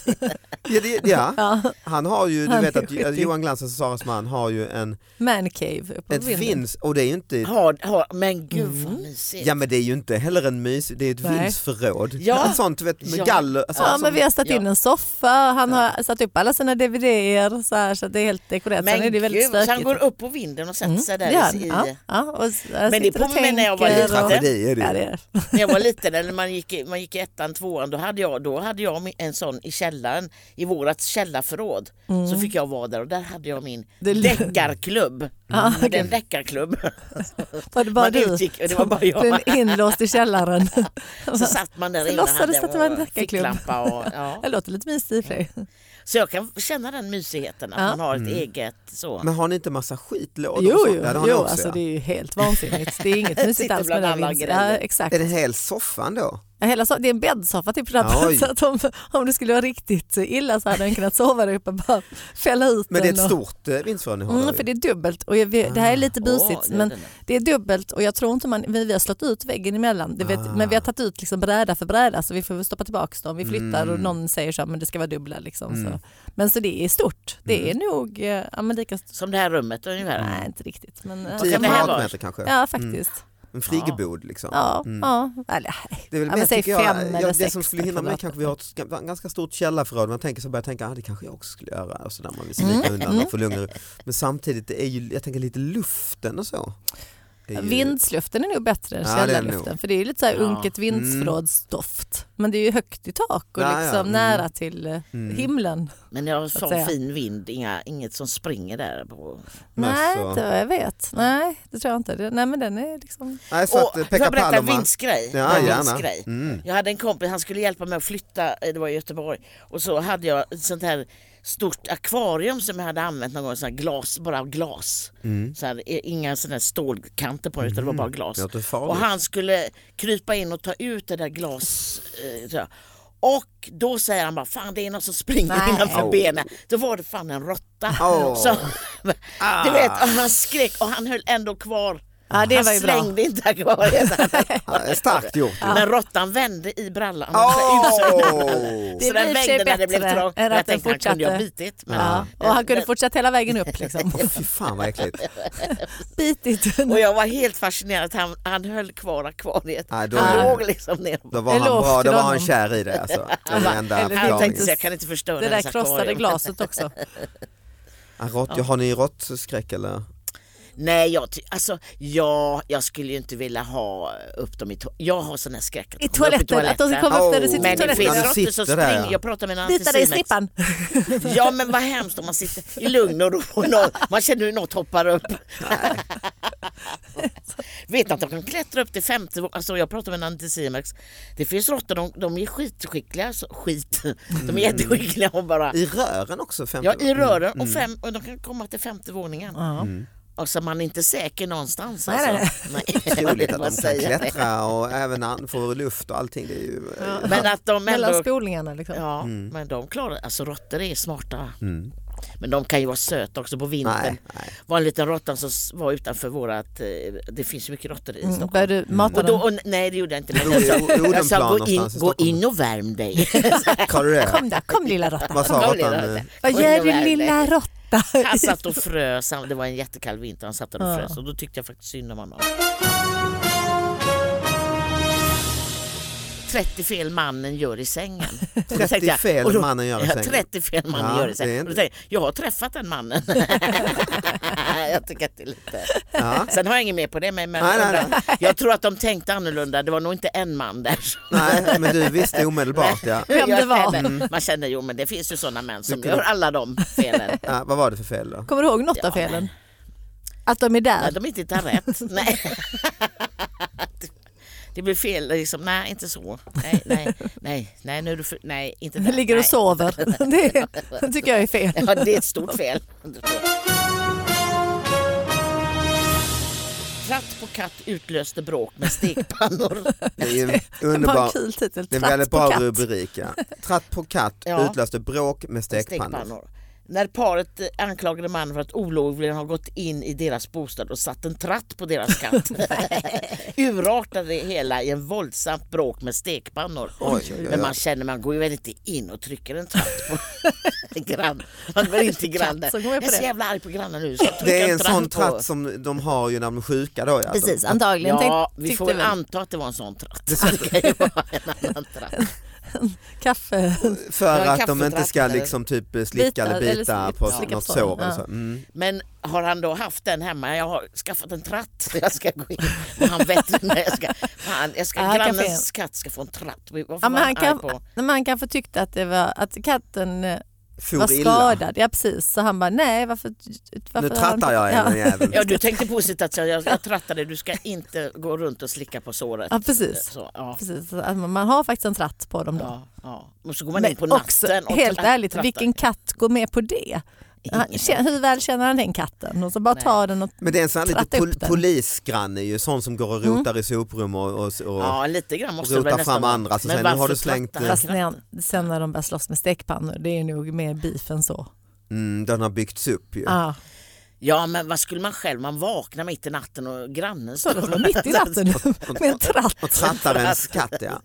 [SPEAKER 2] Ja, det, ja.
[SPEAKER 3] Ja.
[SPEAKER 2] Han har ju, du
[SPEAKER 3] Han
[SPEAKER 2] vet
[SPEAKER 3] är
[SPEAKER 2] att
[SPEAKER 3] skitig.
[SPEAKER 2] Johan Glans och Saras man har ju en,
[SPEAKER 3] Mancave på
[SPEAKER 2] ett
[SPEAKER 3] vinden.
[SPEAKER 2] vins, och det är ju inte,
[SPEAKER 4] Ha, ha, men gud
[SPEAKER 3] Mm.
[SPEAKER 4] vad mysigt.
[SPEAKER 2] ja men det är ju inte heller en mys, det är ett
[SPEAKER 3] Nej.
[SPEAKER 2] vindsförråd.
[SPEAKER 4] Ja.
[SPEAKER 2] Ett sånt du vet med alltså,
[SPEAKER 4] Ja.
[SPEAKER 2] galler. Sånt
[SPEAKER 3] Ja
[SPEAKER 2] som,
[SPEAKER 3] men vi har satt in
[SPEAKER 4] ja.
[SPEAKER 3] en soffa, han har satt upp alla sina DVDer så, här, så att det är helt dekorerat.
[SPEAKER 4] men
[SPEAKER 3] Sen är det väldigt
[SPEAKER 4] gud, så han
[SPEAKER 3] stökigt. Mm,
[SPEAKER 4] går upp på vinden och sätter sig där.
[SPEAKER 3] Det gör
[SPEAKER 4] i,
[SPEAKER 3] han,
[SPEAKER 4] i-
[SPEAKER 3] ja, ja, och s- jag
[SPEAKER 4] det
[SPEAKER 3] sitter och
[SPEAKER 4] påminner när jag var
[SPEAKER 2] det är
[SPEAKER 3] tänker
[SPEAKER 2] en
[SPEAKER 4] liten.
[SPEAKER 3] och-
[SPEAKER 2] tragedi är det, ju.
[SPEAKER 3] Ja, det är.
[SPEAKER 4] När jag var liten, eller man gick, man gick i ettan, tvåan, då hade jag, då hade jag min- en sån i källaren, i vårat källarförråd. Så fick jag vara där och där hade jag min
[SPEAKER 3] Mm. Det-
[SPEAKER 4] deckarklubb.
[SPEAKER 3] Ah,
[SPEAKER 4] Jag hade
[SPEAKER 3] okej.
[SPEAKER 4] en deckarklubb.
[SPEAKER 3] Var det bara
[SPEAKER 4] Man
[SPEAKER 3] du?
[SPEAKER 4] utgick och det var bara jag.
[SPEAKER 3] Den inlåst i källaren.
[SPEAKER 4] Så satt man där
[SPEAKER 3] Så
[SPEAKER 4] inne och hade
[SPEAKER 3] låtsades att det var en
[SPEAKER 4] och
[SPEAKER 3] deckarklubb.
[SPEAKER 4] ficklampa och, ja.
[SPEAKER 3] Det låter lite mysigt i och för sig.
[SPEAKER 4] Så jag kan känna den mysigheten att
[SPEAKER 3] Ja.
[SPEAKER 4] man har ett eget så.
[SPEAKER 2] Men har ni inte massa skitlådor? och
[SPEAKER 3] Jo,
[SPEAKER 2] sånt?
[SPEAKER 3] jo,
[SPEAKER 2] Ja, det har ni
[SPEAKER 3] jo
[SPEAKER 2] också,
[SPEAKER 3] alltså,
[SPEAKER 2] ja.
[SPEAKER 3] det är ju helt vansinnigt. Det är inget mysigt
[SPEAKER 4] Sitter
[SPEAKER 3] alls med
[SPEAKER 4] bland
[SPEAKER 3] det
[SPEAKER 4] alla
[SPEAKER 3] här. Ja,
[SPEAKER 4] grejer.
[SPEAKER 3] exakt.
[SPEAKER 2] Är det hel soffan då?
[SPEAKER 3] Ja, Hela so- det är en bäddsoffa till
[SPEAKER 2] Oj.
[SPEAKER 3] programmet. Så att om, om det skulle vara riktigt illa så hade han kunnat sova där uppe och bara fälla ut
[SPEAKER 2] Men det
[SPEAKER 3] den.
[SPEAKER 2] är ett
[SPEAKER 3] och-
[SPEAKER 2] stort Ah, eh, vindsförråd ni har? där
[SPEAKER 3] Mm,
[SPEAKER 2] ju.
[SPEAKER 3] för det är dubbelt och jag vet, det här är lite busigt
[SPEAKER 4] Åh, det är
[SPEAKER 3] men
[SPEAKER 4] den där.
[SPEAKER 3] det är dubbelt och jag tror inte man, vi, vi har slått ut väggen emellan det vet, men
[SPEAKER 2] Ah.
[SPEAKER 3] vi har tagit ut liksom bräda för bräda så vi får väl stoppa tillbaka dem. Vi flyttar
[SPEAKER 2] Mm.
[SPEAKER 3] och någon säger så här, men det ska vara dubbla liksom. Så. Men så det är stort.
[SPEAKER 2] Mm.
[SPEAKER 3] Det är nog eh, ja, men lika stort.
[SPEAKER 4] Som det här rummet ungefär.
[SPEAKER 3] Nej inte riktigt. Men, eh,
[SPEAKER 2] Tio
[SPEAKER 4] kan det här vara?
[SPEAKER 2] kvadratmeter kanske?
[SPEAKER 3] ja faktiskt.
[SPEAKER 2] En friggebod liksom?
[SPEAKER 3] Ja, ja. Eller, nej.
[SPEAKER 2] Det är väl
[SPEAKER 3] ja, men
[SPEAKER 2] mest,
[SPEAKER 3] säg
[SPEAKER 2] tycker jag,
[SPEAKER 3] fem
[SPEAKER 2] ja,
[SPEAKER 3] eller
[SPEAKER 2] det
[SPEAKER 3] sex
[SPEAKER 2] som skulle hinna mig
[SPEAKER 3] kvadrat.
[SPEAKER 2] kanske vi har ett ska- ett ganska stort källarförråd. Man tänker så börjar jag tänka, ah, det kanske jag också skulle göra. Och så där man vill slita
[SPEAKER 3] Mm.
[SPEAKER 2] undan och få lugnare. Men samtidigt, det är ju, jag tänker lite luften och så. Det är ju-
[SPEAKER 3] Vindsluften är nog bättre än
[SPEAKER 2] Ja, det är det Mm.
[SPEAKER 3] källarluften för det är ju lite så här
[SPEAKER 4] Ja.
[SPEAKER 3] unket vindsförrådsdoft. Men det är ju högt i tak och
[SPEAKER 2] Ja, ja,
[SPEAKER 3] liksom
[SPEAKER 2] mm.
[SPEAKER 3] nära till eh, himlen.
[SPEAKER 4] Men jag har sån
[SPEAKER 3] säga.
[SPEAKER 4] fin vind, inga, inget som springer där. På.
[SPEAKER 2] Men
[SPEAKER 3] Nej,
[SPEAKER 2] så-
[SPEAKER 3] inte vad jag vet. Nej, det tror jag inte. Det- Nej, men den är liksom...
[SPEAKER 2] Nej, så
[SPEAKER 4] Och,
[SPEAKER 2] att eh,
[SPEAKER 4] får
[SPEAKER 2] Pekka
[SPEAKER 4] jag berätta en
[SPEAKER 2] Paloma.
[SPEAKER 4] vindsgrej?
[SPEAKER 2] Ja,
[SPEAKER 4] en
[SPEAKER 2] gärna.
[SPEAKER 4] vindsgrej.
[SPEAKER 2] Mm.
[SPEAKER 4] Jag hade en kompis, han skulle hjälpa mig att flytta, eh, det var i Göteborg. Och så hade jag ett sånt här stort akvarium som jag hade använt någon gång, sån här glas, bara av glas. Så här, eh, inga sådana här stålkanter på det utan det var bara glas.
[SPEAKER 2] Mm. Ja, det är farligt.
[SPEAKER 4] och han skulle krypa in och ta ut det där glas... Eh, så här. och då säger han bara, fan det är något som springer
[SPEAKER 3] Nej.
[SPEAKER 4] innanför
[SPEAKER 2] Au.
[SPEAKER 4] benen. Då var det fan en råtta.
[SPEAKER 2] Åh. Ah.
[SPEAKER 4] Så, du vet, och han skrek och han höll ändå kvar.
[SPEAKER 3] Ja, det
[SPEAKER 4] han
[SPEAKER 3] var ju bra.
[SPEAKER 4] slängde inte akvariet. Han
[SPEAKER 2] Ja, Starkt gjort. ju.
[SPEAKER 4] men råttan vände i brallan.
[SPEAKER 2] Åh!
[SPEAKER 3] Det
[SPEAKER 4] Så
[SPEAKER 3] blir i
[SPEAKER 4] den
[SPEAKER 3] och för sig
[SPEAKER 4] vägde när det blev
[SPEAKER 3] bättre
[SPEAKER 4] trångt.
[SPEAKER 3] än att
[SPEAKER 4] Jag
[SPEAKER 3] den
[SPEAKER 4] tänkte han kunde ju ha
[SPEAKER 3] fortsatte.
[SPEAKER 4] bitit. Men...
[SPEAKER 3] Ja. Och han kunde fortsätta hela vägen upp liksom.
[SPEAKER 2] Fy fan vad äckligt.
[SPEAKER 3] Bitit.
[SPEAKER 4] Och jag var helt fascinerad att han, han höll kvar akvariet.
[SPEAKER 2] Nej, då-
[SPEAKER 4] han låg liksom ner.
[SPEAKER 2] Då var han
[SPEAKER 3] Eloge
[SPEAKER 2] bra,
[SPEAKER 3] till
[SPEAKER 2] då var han
[SPEAKER 3] honom.
[SPEAKER 2] kär i det alltså. Det var den enda
[SPEAKER 3] Eller-
[SPEAKER 4] Han tänkte
[SPEAKER 2] förklaringen.
[SPEAKER 4] så jag kan inte förstöra
[SPEAKER 3] Det där
[SPEAKER 4] hennes
[SPEAKER 3] krossade
[SPEAKER 4] akvarium.
[SPEAKER 3] glaset också.
[SPEAKER 2] Ah, rått- ja, Har ni råttskräck eller?
[SPEAKER 4] Nej, jag, ty- alltså, ja, jag skulle ju inte vilja ha upp dem i toaletten. Jag har sån här skräck. att
[SPEAKER 3] I
[SPEAKER 4] komma upp
[SPEAKER 3] toaletten, att de ska komma upp där du sitter i
[SPEAKER 4] Men det finns
[SPEAKER 2] När
[SPEAKER 3] toaletten.
[SPEAKER 2] du
[SPEAKER 4] råttor som
[SPEAKER 2] sitter där,
[SPEAKER 4] springer.
[SPEAKER 2] ja.
[SPEAKER 4] Jag pratar med en
[SPEAKER 3] Bita dig i
[SPEAKER 4] antisimexer.
[SPEAKER 3] snippan.
[SPEAKER 4] Ja men vad hemskt om man sitter i lugn och ro och någon, man känner hur något hoppar upp. Vet att de kan klättra upp till femte vå- alltså jag pratade med en antisimax. Det finns råttor, de, de är skitskickliga, så, skit,
[SPEAKER 2] Mm.
[SPEAKER 4] de är jätteskickliga och bara
[SPEAKER 2] I rören också? femte-
[SPEAKER 4] Ja, i rören
[SPEAKER 2] mm,
[SPEAKER 4] och, fem, och de kan komma till femte våningen. Alltså man är inte säker någonstans.
[SPEAKER 3] Nej, nej,
[SPEAKER 4] alltså. nej.
[SPEAKER 2] Otroligt att
[SPEAKER 4] Vad
[SPEAKER 2] de kan
[SPEAKER 4] säger jag?
[SPEAKER 2] klättra och även an- få luft och allting. Det är ju, eh,
[SPEAKER 4] Men att de
[SPEAKER 3] Mellan
[SPEAKER 4] ändå
[SPEAKER 3] spolningarna liksom.
[SPEAKER 4] Ja,
[SPEAKER 2] Mm.
[SPEAKER 4] men de klarar Alltså råttor är smarta. Men de kan ju vara söta också på vintern.
[SPEAKER 2] Nej, nej.
[SPEAKER 4] var en liten råtta som s- var utanför vårat... eh, Det finns ju mycket råttor i Stockholm.
[SPEAKER 3] Mm, Började du mata
[SPEAKER 4] Och då,
[SPEAKER 3] dem?
[SPEAKER 4] och, nej det gjorde jag inte. Men
[SPEAKER 2] bor
[SPEAKER 4] jag
[SPEAKER 2] i O-
[SPEAKER 4] sa, jag
[SPEAKER 2] Odenplan
[SPEAKER 4] sa gå, in,
[SPEAKER 2] någonstans i
[SPEAKER 4] gå
[SPEAKER 2] Stockholm."
[SPEAKER 4] in och värm dig.
[SPEAKER 2] Kan du det?
[SPEAKER 3] Kom där, kom lilla råtta.
[SPEAKER 2] Vad sa
[SPEAKER 4] Kom, lilla
[SPEAKER 2] råttan?
[SPEAKER 4] råtta.
[SPEAKER 2] eh,
[SPEAKER 3] Vad
[SPEAKER 4] Gå in
[SPEAKER 3] gör
[SPEAKER 4] och
[SPEAKER 3] du
[SPEAKER 4] värm dig.
[SPEAKER 3] lilla råtta?
[SPEAKER 4] Han satt och frös. Han- Det var en jättekall vinter. Han satt där och frös. Och då tyckte jag faktiskt synd om honom. 30 fel mannen gör i sängen. Och då
[SPEAKER 2] 30
[SPEAKER 4] tänkte jag-
[SPEAKER 2] fel
[SPEAKER 4] och då-
[SPEAKER 2] mannen gör i
[SPEAKER 4] Ja,
[SPEAKER 2] sängen.
[SPEAKER 4] 30 fel mannen
[SPEAKER 2] Ja,
[SPEAKER 4] gör i
[SPEAKER 2] det är
[SPEAKER 4] sängen. Och då
[SPEAKER 2] inte-
[SPEAKER 4] tänkte jag, jag har träffat den mannen. jag tycker att det är lite...
[SPEAKER 2] Ja.
[SPEAKER 4] Sen har jag inget mer på det. Men, men
[SPEAKER 2] Nej, nej,
[SPEAKER 4] undrar- jag tror att de tänkte annorlunda. Det var nog inte en man där. som-
[SPEAKER 2] Nej, men du visste omedelbart ja.
[SPEAKER 3] Vem det
[SPEAKER 4] Jag
[SPEAKER 3] var. Mm.
[SPEAKER 4] känner- Man känner jo men det finns ju sådana män som
[SPEAKER 2] Du kunde-
[SPEAKER 4] gör alla de felen.
[SPEAKER 2] ja. Vad var det för fel då?
[SPEAKER 3] Kommer du ihåg något
[SPEAKER 4] Ja,
[SPEAKER 3] av felen? Att de är
[SPEAKER 4] Ja,
[SPEAKER 3] där?
[SPEAKER 4] de inte hittar rätt. Nej. Det blir fel, liksom, nej inte så. Nej, nej, nej, nej, nu är du för, nej inte där.
[SPEAKER 3] Ligger och
[SPEAKER 4] Nej.
[SPEAKER 3] sover. Det, det tycker jag är fel.
[SPEAKER 4] Ja, det är ett stort fel. Tratt på katt utlöste bråk med stekpannor.
[SPEAKER 2] Det är ju en
[SPEAKER 3] Bara en
[SPEAKER 2] underbar,
[SPEAKER 3] kul titel.
[SPEAKER 2] det är en
[SPEAKER 3] Tratt
[SPEAKER 2] väldigt
[SPEAKER 3] på
[SPEAKER 2] bra
[SPEAKER 3] katt.
[SPEAKER 2] rubrik ja. Tratt på katt
[SPEAKER 4] Ja.
[SPEAKER 2] utlöste bråk med stekpannor.
[SPEAKER 4] stekpannor. När paret eh, anklagade mannen för att olovligen ha gått in i deras bostad och satt en tratt på deras katt urartade det hela i en våldsamt bråk med stekpannor.
[SPEAKER 2] Oj, oj, oj.
[SPEAKER 4] Men man känner, man går ju väl inte in och trycker en tratt på grannen. Man går inte till grannen.
[SPEAKER 3] Katt som kommer
[SPEAKER 4] Jag
[SPEAKER 3] på
[SPEAKER 4] är så
[SPEAKER 3] det.
[SPEAKER 4] jävla arg på grannen nu. Så jag trycker
[SPEAKER 2] Det är en sån
[SPEAKER 4] på-
[SPEAKER 2] tratt som de har ju när de är sjuka då. ja.
[SPEAKER 3] Precis, antagligen
[SPEAKER 4] Ja,
[SPEAKER 3] tänk,
[SPEAKER 4] vi
[SPEAKER 3] tyckte
[SPEAKER 4] får
[SPEAKER 3] väl
[SPEAKER 4] väl anta att det var en sån tratt. Det kan ju vara en annan tratt.
[SPEAKER 3] kaffe.
[SPEAKER 2] För
[SPEAKER 4] Ja, en
[SPEAKER 2] att de inte ska
[SPEAKER 4] kaffetratt eller-
[SPEAKER 2] liksom typ slicka
[SPEAKER 3] Bita
[SPEAKER 2] eller
[SPEAKER 3] eller
[SPEAKER 2] bita
[SPEAKER 3] sli-
[SPEAKER 2] på
[SPEAKER 3] slicka på
[SPEAKER 2] något
[SPEAKER 3] såren,
[SPEAKER 2] sår. Eller
[SPEAKER 3] ja.
[SPEAKER 2] så. Mm.
[SPEAKER 4] Men har han då haft den hemma? Jag har skaffat en tratt. Jag ska gå in. Och han veterinär. Jag ska, han, jag ska,
[SPEAKER 3] Ja, han kan
[SPEAKER 4] grannens katt ska få en tratt. Varför
[SPEAKER 3] Ja,
[SPEAKER 4] var
[SPEAKER 3] men
[SPEAKER 4] han
[SPEAKER 3] han,
[SPEAKER 4] arg
[SPEAKER 3] kan,
[SPEAKER 4] på?
[SPEAKER 3] nej, men han kanske tyckte att, det var, att katten eh,
[SPEAKER 2] For
[SPEAKER 3] var
[SPEAKER 2] illa.
[SPEAKER 3] skadad. Ja precis, så han bara nej varför... varför
[SPEAKER 2] Nu
[SPEAKER 3] har
[SPEAKER 2] trattar jag
[SPEAKER 3] han-
[SPEAKER 2] i den
[SPEAKER 3] Ja.
[SPEAKER 2] jäveln.
[SPEAKER 4] Ja, du tänkte positivt att jag, jag trattade. Du ska inte gå runt och slicka på såret.
[SPEAKER 3] Ja, precis.
[SPEAKER 4] Så, ja,
[SPEAKER 3] Precis, så att man man har faktiskt en tratt på dem då.
[SPEAKER 4] ja, ja. Och så går man
[SPEAKER 3] Men
[SPEAKER 4] in på natten
[SPEAKER 3] också,
[SPEAKER 4] och
[SPEAKER 3] helt
[SPEAKER 4] tra-
[SPEAKER 3] ärligt,
[SPEAKER 4] trattar.
[SPEAKER 3] vilken katt går med på det? Han, kä- hur väl känner han den katten? Och så bara
[SPEAKER 4] Nej.
[SPEAKER 3] tar den och...
[SPEAKER 2] Men det är en sån här lite
[SPEAKER 3] Tratta upp
[SPEAKER 2] pol-
[SPEAKER 3] den. Mm.
[SPEAKER 2] polisgranne ju, sån som går och rotar i soprum och, och, och
[SPEAKER 4] Ja, lite grann måste det
[SPEAKER 2] Rota
[SPEAKER 4] väl nästan
[SPEAKER 2] fram
[SPEAKER 4] vara.
[SPEAKER 2] andra, så
[SPEAKER 4] Men
[SPEAKER 2] säger, nu har
[SPEAKER 4] varför
[SPEAKER 2] du slängt-
[SPEAKER 4] trattar han
[SPEAKER 3] Fast när, sen när de börjar slåss med stekpannor, det är nog mer beef än så.
[SPEAKER 2] mm, den har byggts upp ju.
[SPEAKER 3] Ja.
[SPEAKER 4] Ja, men vad skulle man själv, man vaknar mitt i natten och grannen
[SPEAKER 3] Så det var mitt i natten
[SPEAKER 4] Alltså,
[SPEAKER 3] med en tratt.
[SPEAKER 2] Och trattar ens katt ja.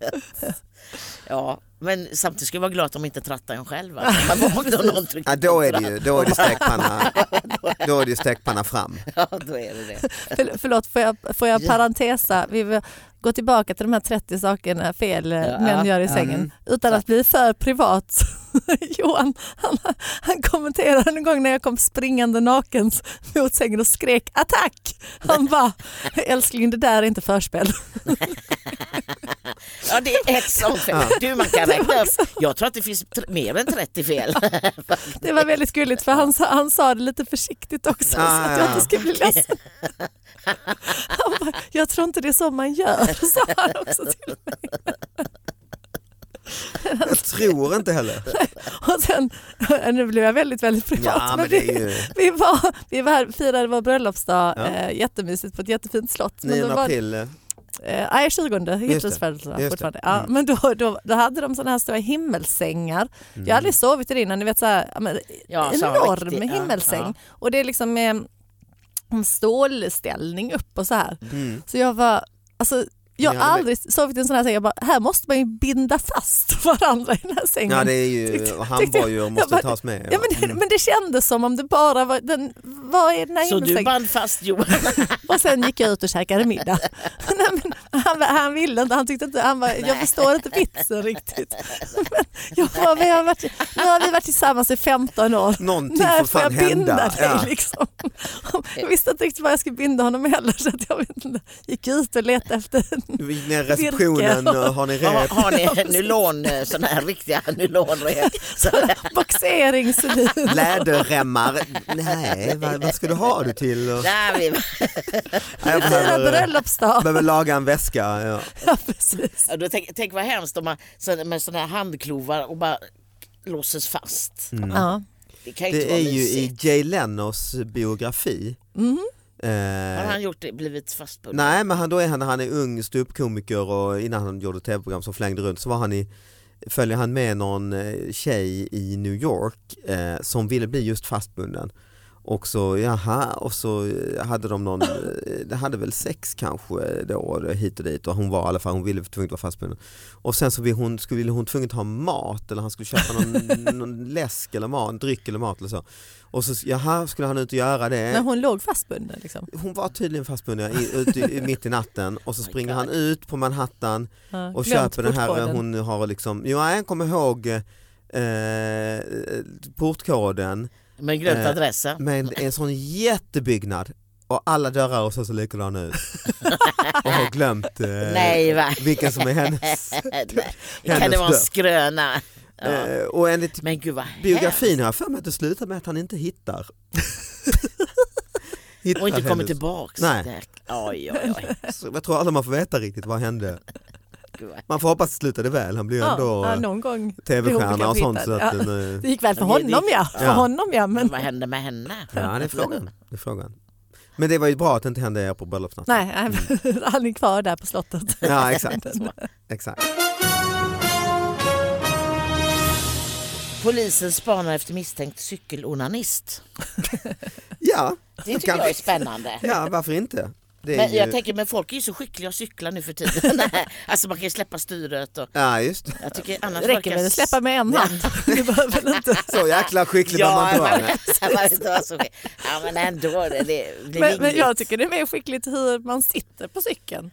[SPEAKER 4] Ja, men samtidigt skulle jag vara glad att de inte trattar en själv. Alltså. Man vaknar och någon trycker
[SPEAKER 2] ja då är
[SPEAKER 4] på
[SPEAKER 2] det ju då är det stekpanna, då är det ju stekpanna fram.
[SPEAKER 4] tratt. Ja, då är det det.
[SPEAKER 3] För, förlåt, får jag, får jag parentesa? Vi vill gå tillbaka till de här 30 sakerna fel eh,
[SPEAKER 4] Ja,
[SPEAKER 3] män gör i
[SPEAKER 4] ja. Mm.
[SPEAKER 3] sängen. Utan att bli för privat. Johan, han, han kommenterade en gång när jag kom springande naken mot sängen och skrek attack. Han bara, älskling det där är inte förspel.
[SPEAKER 4] Ja, det är ett sånt fel. Du, man kan räkna upp. Jag tror att det finns tr- mer än 30 fel.
[SPEAKER 3] Det var väldigt gulligt för han, sa- han sa det lite försiktigt också
[SPEAKER 2] Ah,
[SPEAKER 3] så att jag
[SPEAKER 2] ja.
[SPEAKER 3] inte ska bli ledsen. Han bara, jag tror inte det är så man gör, sa han också till mig.
[SPEAKER 2] Jag tror inte heller.
[SPEAKER 3] Och sen, eh, nu blev jag väldigt, väldigt privat.
[SPEAKER 2] Ja men det är ju
[SPEAKER 3] Vi var, vi var här, firade vår bröllopsdag eh, jättemysigt på ett jättefint slott. Men
[SPEAKER 2] 9
[SPEAKER 3] då var,
[SPEAKER 2] april. eh,
[SPEAKER 3] eh, nej, 20 Hitlers
[SPEAKER 2] det,
[SPEAKER 3] födelsedag
[SPEAKER 2] just
[SPEAKER 3] fortfarande.
[SPEAKER 2] det. Mm.
[SPEAKER 3] Ja, men då, då, då hade de sådana här stora himmelsängar. Jag har aldrig sovit i det innan, ni vet så här, ja, men,
[SPEAKER 4] Ja, så här
[SPEAKER 3] enorm
[SPEAKER 4] riktigt, ja,
[SPEAKER 3] himmelsäng.
[SPEAKER 4] ja.
[SPEAKER 3] Och det är liksom eh, en stålställning upp och så
[SPEAKER 2] Mm.
[SPEAKER 3] här. Så jag var, alltså jag
[SPEAKER 2] Ni
[SPEAKER 3] har
[SPEAKER 2] hade väl-
[SPEAKER 3] aldrig sovit i en sån här säng. Jag bara, här måste man ju binda fast varandra i den här sängen.
[SPEAKER 2] Ja det är ju,
[SPEAKER 3] Tyckte-
[SPEAKER 2] och
[SPEAKER 3] tyckte-
[SPEAKER 2] handbojor
[SPEAKER 3] jag bara-
[SPEAKER 2] måste tas med. Mm.
[SPEAKER 3] Ja, men, det, men det kändes som om det bara var, den, vad är den här
[SPEAKER 4] Så du
[SPEAKER 3] himmelsängen?
[SPEAKER 4] band fast Johan.
[SPEAKER 3] Och sen gick jag ut och käkade middag. Nej, men han, han ville inte, han tyckte inte, han bara, jag förstår inte vitsen riktigt. Men jag bara, vi har varit, nu har vi varit tillsammans i 15 år.
[SPEAKER 2] Någonting
[SPEAKER 3] När
[SPEAKER 2] får
[SPEAKER 3] får jag
[SPEAKER 2] Typ fan
[SPEAKER 3] binda
[SPEAKER 2] hända.
[SPEAKER 3] dig
[SPEAKER 2] Ja.
[SPEAKER 3] liksom? Jag visste inte riktigt vad jag skulle binda honom med heller så att jag vet inte. gick ut och letade efter
[SPEAKER 2] Du gick ner i receptionen och har ni
[SPEAKER 4] Har,
[SPEAKER 2] rep?
[SPEAKER 4] har ni nylon, eh, såna här riktiga nylonrep? Så-
[SPEAKER 3] boxeringsliv.
[SPEAKER 2] Läderremmar? Nej, vad, vad ska du ha det till? Och-
[SPEAKER 4] Nej, vi-
[SPEAKER 2] Nej, Jag
[SPEAKER 3] Fira
[SPEAKER 2] behöver,
[SPEAKER 3] bröllopsdag.
[SPEAKER 2] behöver laga en väska. Ja.
[SPEAKER 3] Ja, precis.
[SPEAKER 4] Ja, då tänk, tänk vad hemskt om man så- med såna här handklovar och bara låses fast.
[SPEAKER 3] Ja.
[SPEAKER 4] Det kan ju inte
[SPEAKER 2] Mm. Det är
[SPEAKER 4] vara
[SPEAKER 2] ju i
[SPEAKER 4] mysigt.
[SPEAKER 2] Jay Lenos biografi.
[SPEAKER 4] Har
[SPEAKER 2] Eh,
[SPEAKER 4] han gjort det, blivit fastbunden?
[SPEAKER 3] typ.
[SPEAKER 2] nej men han, då är han, när han är ung ståuppkomiker och innan han gjorde tv-program som flängde runt så var han i, följer han med någon eh, tjej i New York eh, som ville bli just fastbunden. Och så jaha, och så eh, hade de någon, eh, de hade väl sex kanske då hit och dit och hon var i alla fall, hon ville tvunget vara fastbunden. Och sen så ville hon, skulle, ville hon tvunget ha mat eller han skulle köpa någon, någon läsk eller mat, en dryck eller mat eller så. Och så jaha, skulle han ut och göra det?
[SPEAKER 3] Men hon låg fastbunden liksom.
[SPEAKER 2] Hon var tydligen fastbunden i, ute i, mitt i natten och så
[SPEAKER 4] Oh my
[SPEAKER 2] springer
[SPEAKER 4] God.
[SPEAKER 2] han ut på Manhattan
[SPEAKER 3] Ja,
[SPEAKER 2] och
[SPEAKER 3] glömt
[SPEAKER 2] köper den här, eh,
[SPEAKER 3] portkoden.
[SPEAKER 2] hon har liksom, jo han kommer ihåg eh, portkoden
[SPEAKER 4] Men glömt
[SPEAKER 2] Eh,
[SPEAKER 4] adressen.
[SPEAKER 2] med en sån jättebyggnad och alla dörrar och så ser likadana ut och har glömt eh,
[SPEAKER 4] Nej va?
[SPEAKER 2] vilken som är hennes.
[SPEAKER 4] kan det vara en
[SPEAKER 2] död.
[SPEAKER 4] skröna? Ja.
[SPEAKER 2] Eh, och enligt
[SPEAKER 4] Men gud vad
[SPEAKER 2] biografin har jag för mig att det slutar med att han inte hittar. hittar
[SPEAKER 4] hemskt. Och inte
[SPEAKER 2] hennes-
[SPEAKER 4] kommer tillbaks.
[SPEAKER 2] Nej.
[SPEAKER 4] Det- Oj, oj, oj.
[SPEAKER 2] Så Jag tror aldrig man får veta riktigt vad hände.
[SPEAKER 4] Gud, vad-
[SPEAKER 2] Man får hoppas att det slutade väl, han blir ju ändå
[SPEAKER 3] ja,
[SPEAKER 2] eh,
[SPEAKER 3] någon gång.
[SPEAKER 2] tv-stjärna och sånt. Så
[SPEAKER 3] hittad.
[SPEAKER 2] att,
[SPEAKER 3] Ja.
[SPEAKER 2] den, eh,
[SPEAKER 3] Det gick väl för
[SPEAKER 4] Men det- det-
[SPEAKER 3] honom ja. För
[SPEAKER 2] Ja.
[SPEAKER 3] honom ja men...
[SPEAKER 4] Vad hände med henne?
[SPEAKER 2] ja, det är, frågan. det är frågan. Men det var ju bra att det inte hände er på bröllopsnatten.
[SPEAKER 3] Nej, nej, han är kvar där på slottet.
[SPEAKER 2] Ja, exakt. exakt.
[SPEAKER 4] Polisen spanar efter misstänkt cykelonanist.
[SPEAKER 2] Ja,
[SPEAKER 4] Det tycker jag är spännande.
[SPEAKER 2] ja varför inte? Det är
[SPEAKER 4] Men jag
[SPEAKER 2] ju...
[SPEAKER 4] tänker, men folk är ju så skickliga att cykla nu för tiden. Nej, alltså man kan ju släppa styret och
[SPEAKER 2] Ja just
[SPEAKER 4] jag tycker annars
[SPEAKER 3] Det räcker med att släppa med en hand. Du behöver väl inte.
[SPEAKER 2] så jäkla skicklig var
[SPEAKER 4] Ja,
[SPEAKER 2] man
[SPEAKER 4] man
[SPEAKER 2] var.
[SPEAKER 4] vet inte vad som sker. ja, men ändå, det, det blir
[SPEAKER 3] Men, men jag
[SPEAKER 4] rimligt.
[SPEAKER 3] tycker det är mer skickligt hur man sitter på cykeln.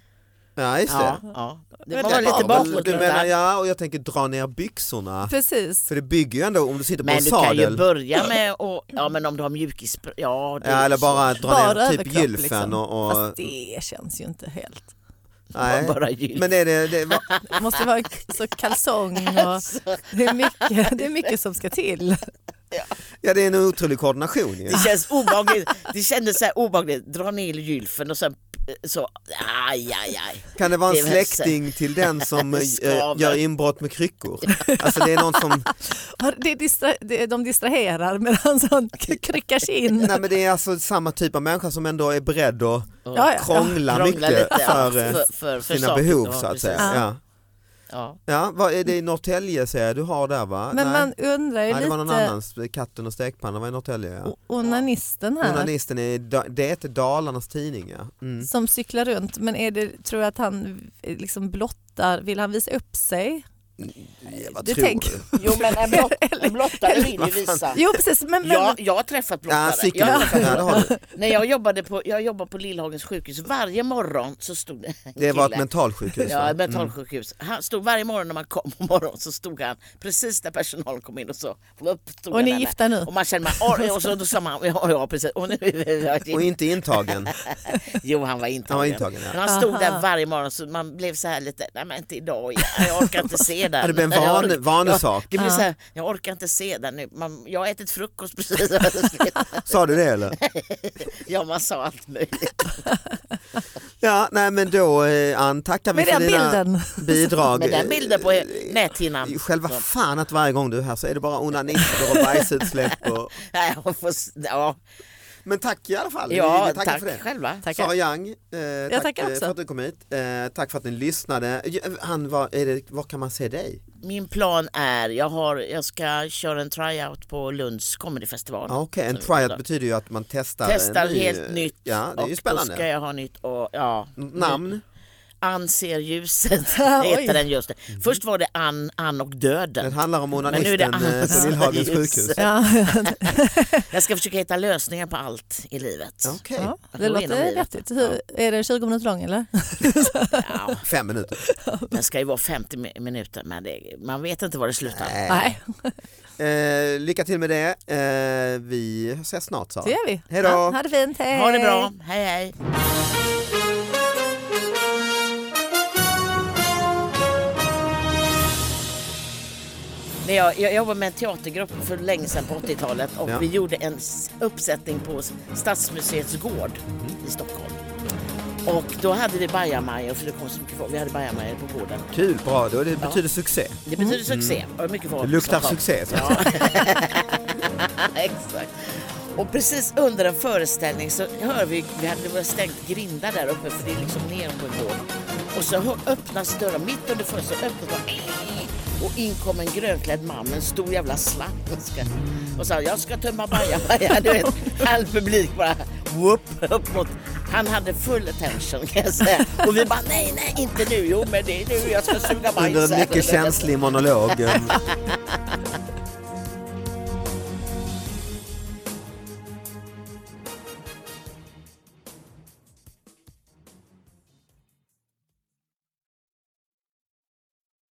[SPEAKER 2] Ja just
[SPEAKER 4] Ja,
[SPEAKER 2] det.
[SPEAKER 4] ja. Det
[SPEAKER 3] Men
[SPEAKER 4] var
[SPEAKER 3] det-
[SPEAKER 4] lite
[SPEAKER 2] Ja, men
[SPEAKER 4] bakåt.
[SPEAKER 2] du menar, ja och jag tänker dra ner byxorna.
[SPEAKER 3] Precis.
[SPEAKER 2] För det bygger ju ändå om du sitter på
[SPEAKER 4] Men
[SPEAKER 2] en
[SPEAKER 4] du kan ju
[SPEAKER 2] sadel.
[SPEAKER 4] börja med och, ja men om du har mjukis, ja, det är
[SPEAKER 2] Ja, eller
[SPEAKER 4] så.
[SPEAKER 2] bara dra
[SPEAKER 3] Bara
[SPEAKER 2] ner typ
[SPEAKER 3] överkropp
[SPEAKER 2] gylfen
[SPEAKER 3] liksom.
[SPEAKER 2] och... och
[SPEAKER 3] Fast det känns ju inte helt.
[SPEAKER 2] nej.
[SPEAKER 4] bara gylfen.
[SPEAKER 2] Men är det, det, va-
[SPEAKER 3] Det måste vara så kalsong och
[SPEAKER 2] Alltså.
[SPEAKER 3] det är mycket, det är mycket som ska till.
[SPEAKER 2] ja, det är en otrolig koordination ju.
[SPEAKER 4] Det känns obehagligt. Det kändes så här obehagligt. Dra ner gylfen och sen så, aj, aj, aj.
[SPEAKER 2] Kan det vara en
[SPEAKER 4] Det är väl
[SPEAKER 2] släkting till den som eh,
[SPEAKER 4] Skaver.
[SPEAKER 2] gör inbrott med kryckor? Alltså det är någon som,
[SPEAKER 3] Ja, Det är distra, det, är- de distraherar medan han kryckar sig in.
[SPEAKER 2] nej men det är alltså samma typ av människa som ändå är beredd att
[SPEAKER 3] Ja, ja.
[SPEAKER 2] krångla mycket
[SPEAKER 4] ja,
[SPEAKER 2] för eh,
[SPEAKER 4] för- för
[SPEAKER 2] sina
[SPEAKER 4] saker.
[SPEAKER 2] behov
[SPEAKER 4] Ja,
[SPEAKER 2] så att
[SPEAKER 4] precis.
[SPEAKER 2] säga.
[SPEAKER 3] Ja.
[SPEAKER 2] Ja.
[SPEAKER 4] Ja.
[SPEAKER 2] Ja, vad är det i Norrtälje säger jag? du har där va?
[SPEAKER 3] Men
[SPEAKER 2] nej.
[SPEAKER 3] man undrar ju
[SPEAKER 2] nej, det var någon
[SPEAKER 3] lite,
[SPEAKER 2] annans, katten och stekpannan var i Norrtälje. Ja.
[SPEAKER 3] onanisten här
[SPEAKER 2] Journalisten är, Da- det heter Dalarnas tidning ja. Mm.
[SPEAKER 3] som cyklar runt, men är det, tror jag att han eh, liksom blottar, vill han visa upp sig?
[SPEAKER 2] Vad
[SPEAKER 3] Det
[SPEAKER 2] tror
[SPEAKER 3] tänker
[SPEAKER 2] du?
[SPEAKER 4] Jo men en, blott, en blottare vill ju visa.
[SPEAKER 3] Jo precis, men, men
[SPEAKER 4] Jag, jag har träffat blottare.
[SPEAKER 2] Ja,
[SPEAKER 4] jag
[SPEAKER 2] cykeln.
[SPEAKER 4] har träffat
[SPEAKER 2] Ja, det, har du.
[SPEAKER 4] När jag jobbade på, jag jobbade på Lillhagens sjukhus, varje morgon så stod det en
[SPEAKER 2] det var ett
[SPEAKER 4] kille.
[SPEAKER 2] mentalsjukhus
[SPEAKER 4] Ja,
[SPEAKER 2] va?
[SPEAKER 4] ett mentalsjukhus. Han stod varje morgon när man kom på morgonen så stod han precis där personalen kom in och så upp stod
[SPEAKER 3] Och ni är
[SPEAKER 4] han där.
[SPEAKER 3] gifta nu?
[SPEAKER 4] Och man kände man, "Oj", och så då sa man ja, ja precis. Och nu,
[SPEAKER 2] Och inte intagen.
[SPEAKER 4] jo han var intagen.
[SPEAKER 2] Han var intagen, ja.
[SPEAKER 4] Men han stod
[SPEAKER 3] Aha.
[SPEAKER 4] där varje morgon så man blev så här lite, nej men inte idag, jag, jag orkar inte se den.
[SPEAKER 2] Ja, det blev en
[SPEAKER 4] Jag
[SPEAKER 2] van-
[SPEAKER 4] orkar-
[SPEAKER 2] vanesak.
[SPEAKER 4] Ja, det blev
[SPEAKER 3] Ja.
[SPEAKER 4] så här, jag orkar inte se den nu, man, jag har ätit frukost precis.
[SPEAKER 2] Sa du det eller?
[SPEAKER 4] ja man sa allt möjligt.
[SPEAKER 2] Ja, nej men då eh, Ann tackar vi
[SPEAKER 3] Med
[SPEAKER 2] för
[SPEAKER 3] den
[SPEAKER 2] dina
[SPEAKER 3] bilden.
[SPEAKER 2] bidrag.
[SPEAKER 4] Med den bilden på näthinnan.
[SPEAKER 2] eh, Själva
[SPEAKER 4] Så.
[SPEAKER 2] fan att varje gång du är här så är det bara onanister och bajsutsläpp. Och...
[SPEAKER 4] Nej, jag får, s- ja,
[SPEAKER 2] Men tack i alla fall.
[SPEAKER 4] ja
[SPEAKER 2] vi tackar
[SPEAKER 4] tack
[SPEAKER 2] för det.
[SPEAKER 4] själva.
[SPEAKER 3] Tackar.
[SPEAKER 2] Sara Young, eh, tack
[SPEAKER 3] tackar
[SPEAKER 2] eh,
[SPEAKER 3] också.
[SPEAKER 2] för att du kom hit. Eh, tack för att ni lyssnade. Eh, Han, var, är det, var kan man se dig?
[SPEAKER 4] Min plan är, jag, har, jag ska köra en tryout på Lunds comedyfestival.
[SPEAKER 2] Ja, Okej, en
[SPEAKER 4] Så-
[SPEAKER 2] tryout betyder ju att man testar. en
[SPEAKER 4] Testar
[SPEAKER 2] ny-
[SPEAKER 4] helt nytt
[SPEAKER 2] Ja, det är ju
[SPEAKER 4] och då ska
[SPEAKER 2] spännande.
[SPEAKER 4] jag Mm. ha nytt och ja.
[SPEAKER 2] Namn?
[SPEAKER 4] Anser ljuset
[SPEAKER 3] Oj.
[SPEAKER 4] heter den just
[SPEAKER 2] Mm.
[SPEAKER 4] det. Först var det Ann, Ann och
[SPEAKER 2] Den
[SPEAKER 4] döden.
[SPEAKER 2] handlar om
[SPEAKER 4] nu är det
[SPEAKER 2] onanisten eh,
[SPEAKER 4] Ann-
[SPEAKER 2] på Lillhagens
[SPEAKER 4] Ljus.
[SPEAKER 2] sjukhus.
[SPEAKER 3] Ja,
[SPEAKER 4] Jag ska försöka hitta lösningar på allt i livet.
[SPEAKER 2] Okej,
[SPEAKER 3] ja, det
[SPEAKER 4] Gå igenom
[SPEAKER 3] låter
[SPEAKER 4] livet.
[SPEAKER 3] vettigt. Hur- Är den 20 minuter lång eller?
[SPEAKER 4] Ja,
[SPEAKER 2] fem minuter.
[SPEAKER 4] den ska ju vara 50 mi- minuter men det, man vet inte var det slutar.
[SPEAKER 2] Nej.
[SPEAKER 3] Nej,
[SPEAKER 2] Eh, lycka till med det. Eh, vi ses snart Sara.
[SPEAKER 3] det gör vi.
[SPEAKER 2] Hej då.
[SPEAKER 3] Ja, ha det fint, hej.
[SPEAKER 4] Ha det bra, hej hej. När jag, jag jobbade med en teatergrupp för länge sedan på 80-talet och
[SPEAKER 2] Ja.
[SPEAKER 4] vi gjorde en s- uppsättning på Stadsmuseets gård i Stockholm. Och då hade vi bajamajor, för det kom så mycket folk. Vi hade bajamajor på gården.
[SPEAKER 2] Kul, bra. Då, det betyder succé.
[SPEAKER 4] Det betyder succé. Och mycket folk
[SPEAKER 2] Mm. Det luktar
[SPEAKER 4] som kom.
[SPEAKER 2] succé. Så.
[SPEAKER 4] Ja. Exakt. Och precis under en föreställning så hör vi, vi hade det var stängt grindar där uppe för det är liksom ner på en gård. Och så hör- öppnas dörren, mitt under fönstret öppnas bara, och in kom en grönklädd man med en stor jävla slang och, ska, och sa jag ska tömma bajamaja. Du vet, all publik bara whoop, upp mot. Han hade full attention kan jag säga. Och vi bara nej, nej, inte nu. Jo, men det är nu jag ska suga bajs.
[SPEAKER 2] Under en mycket känslig monolog. eh,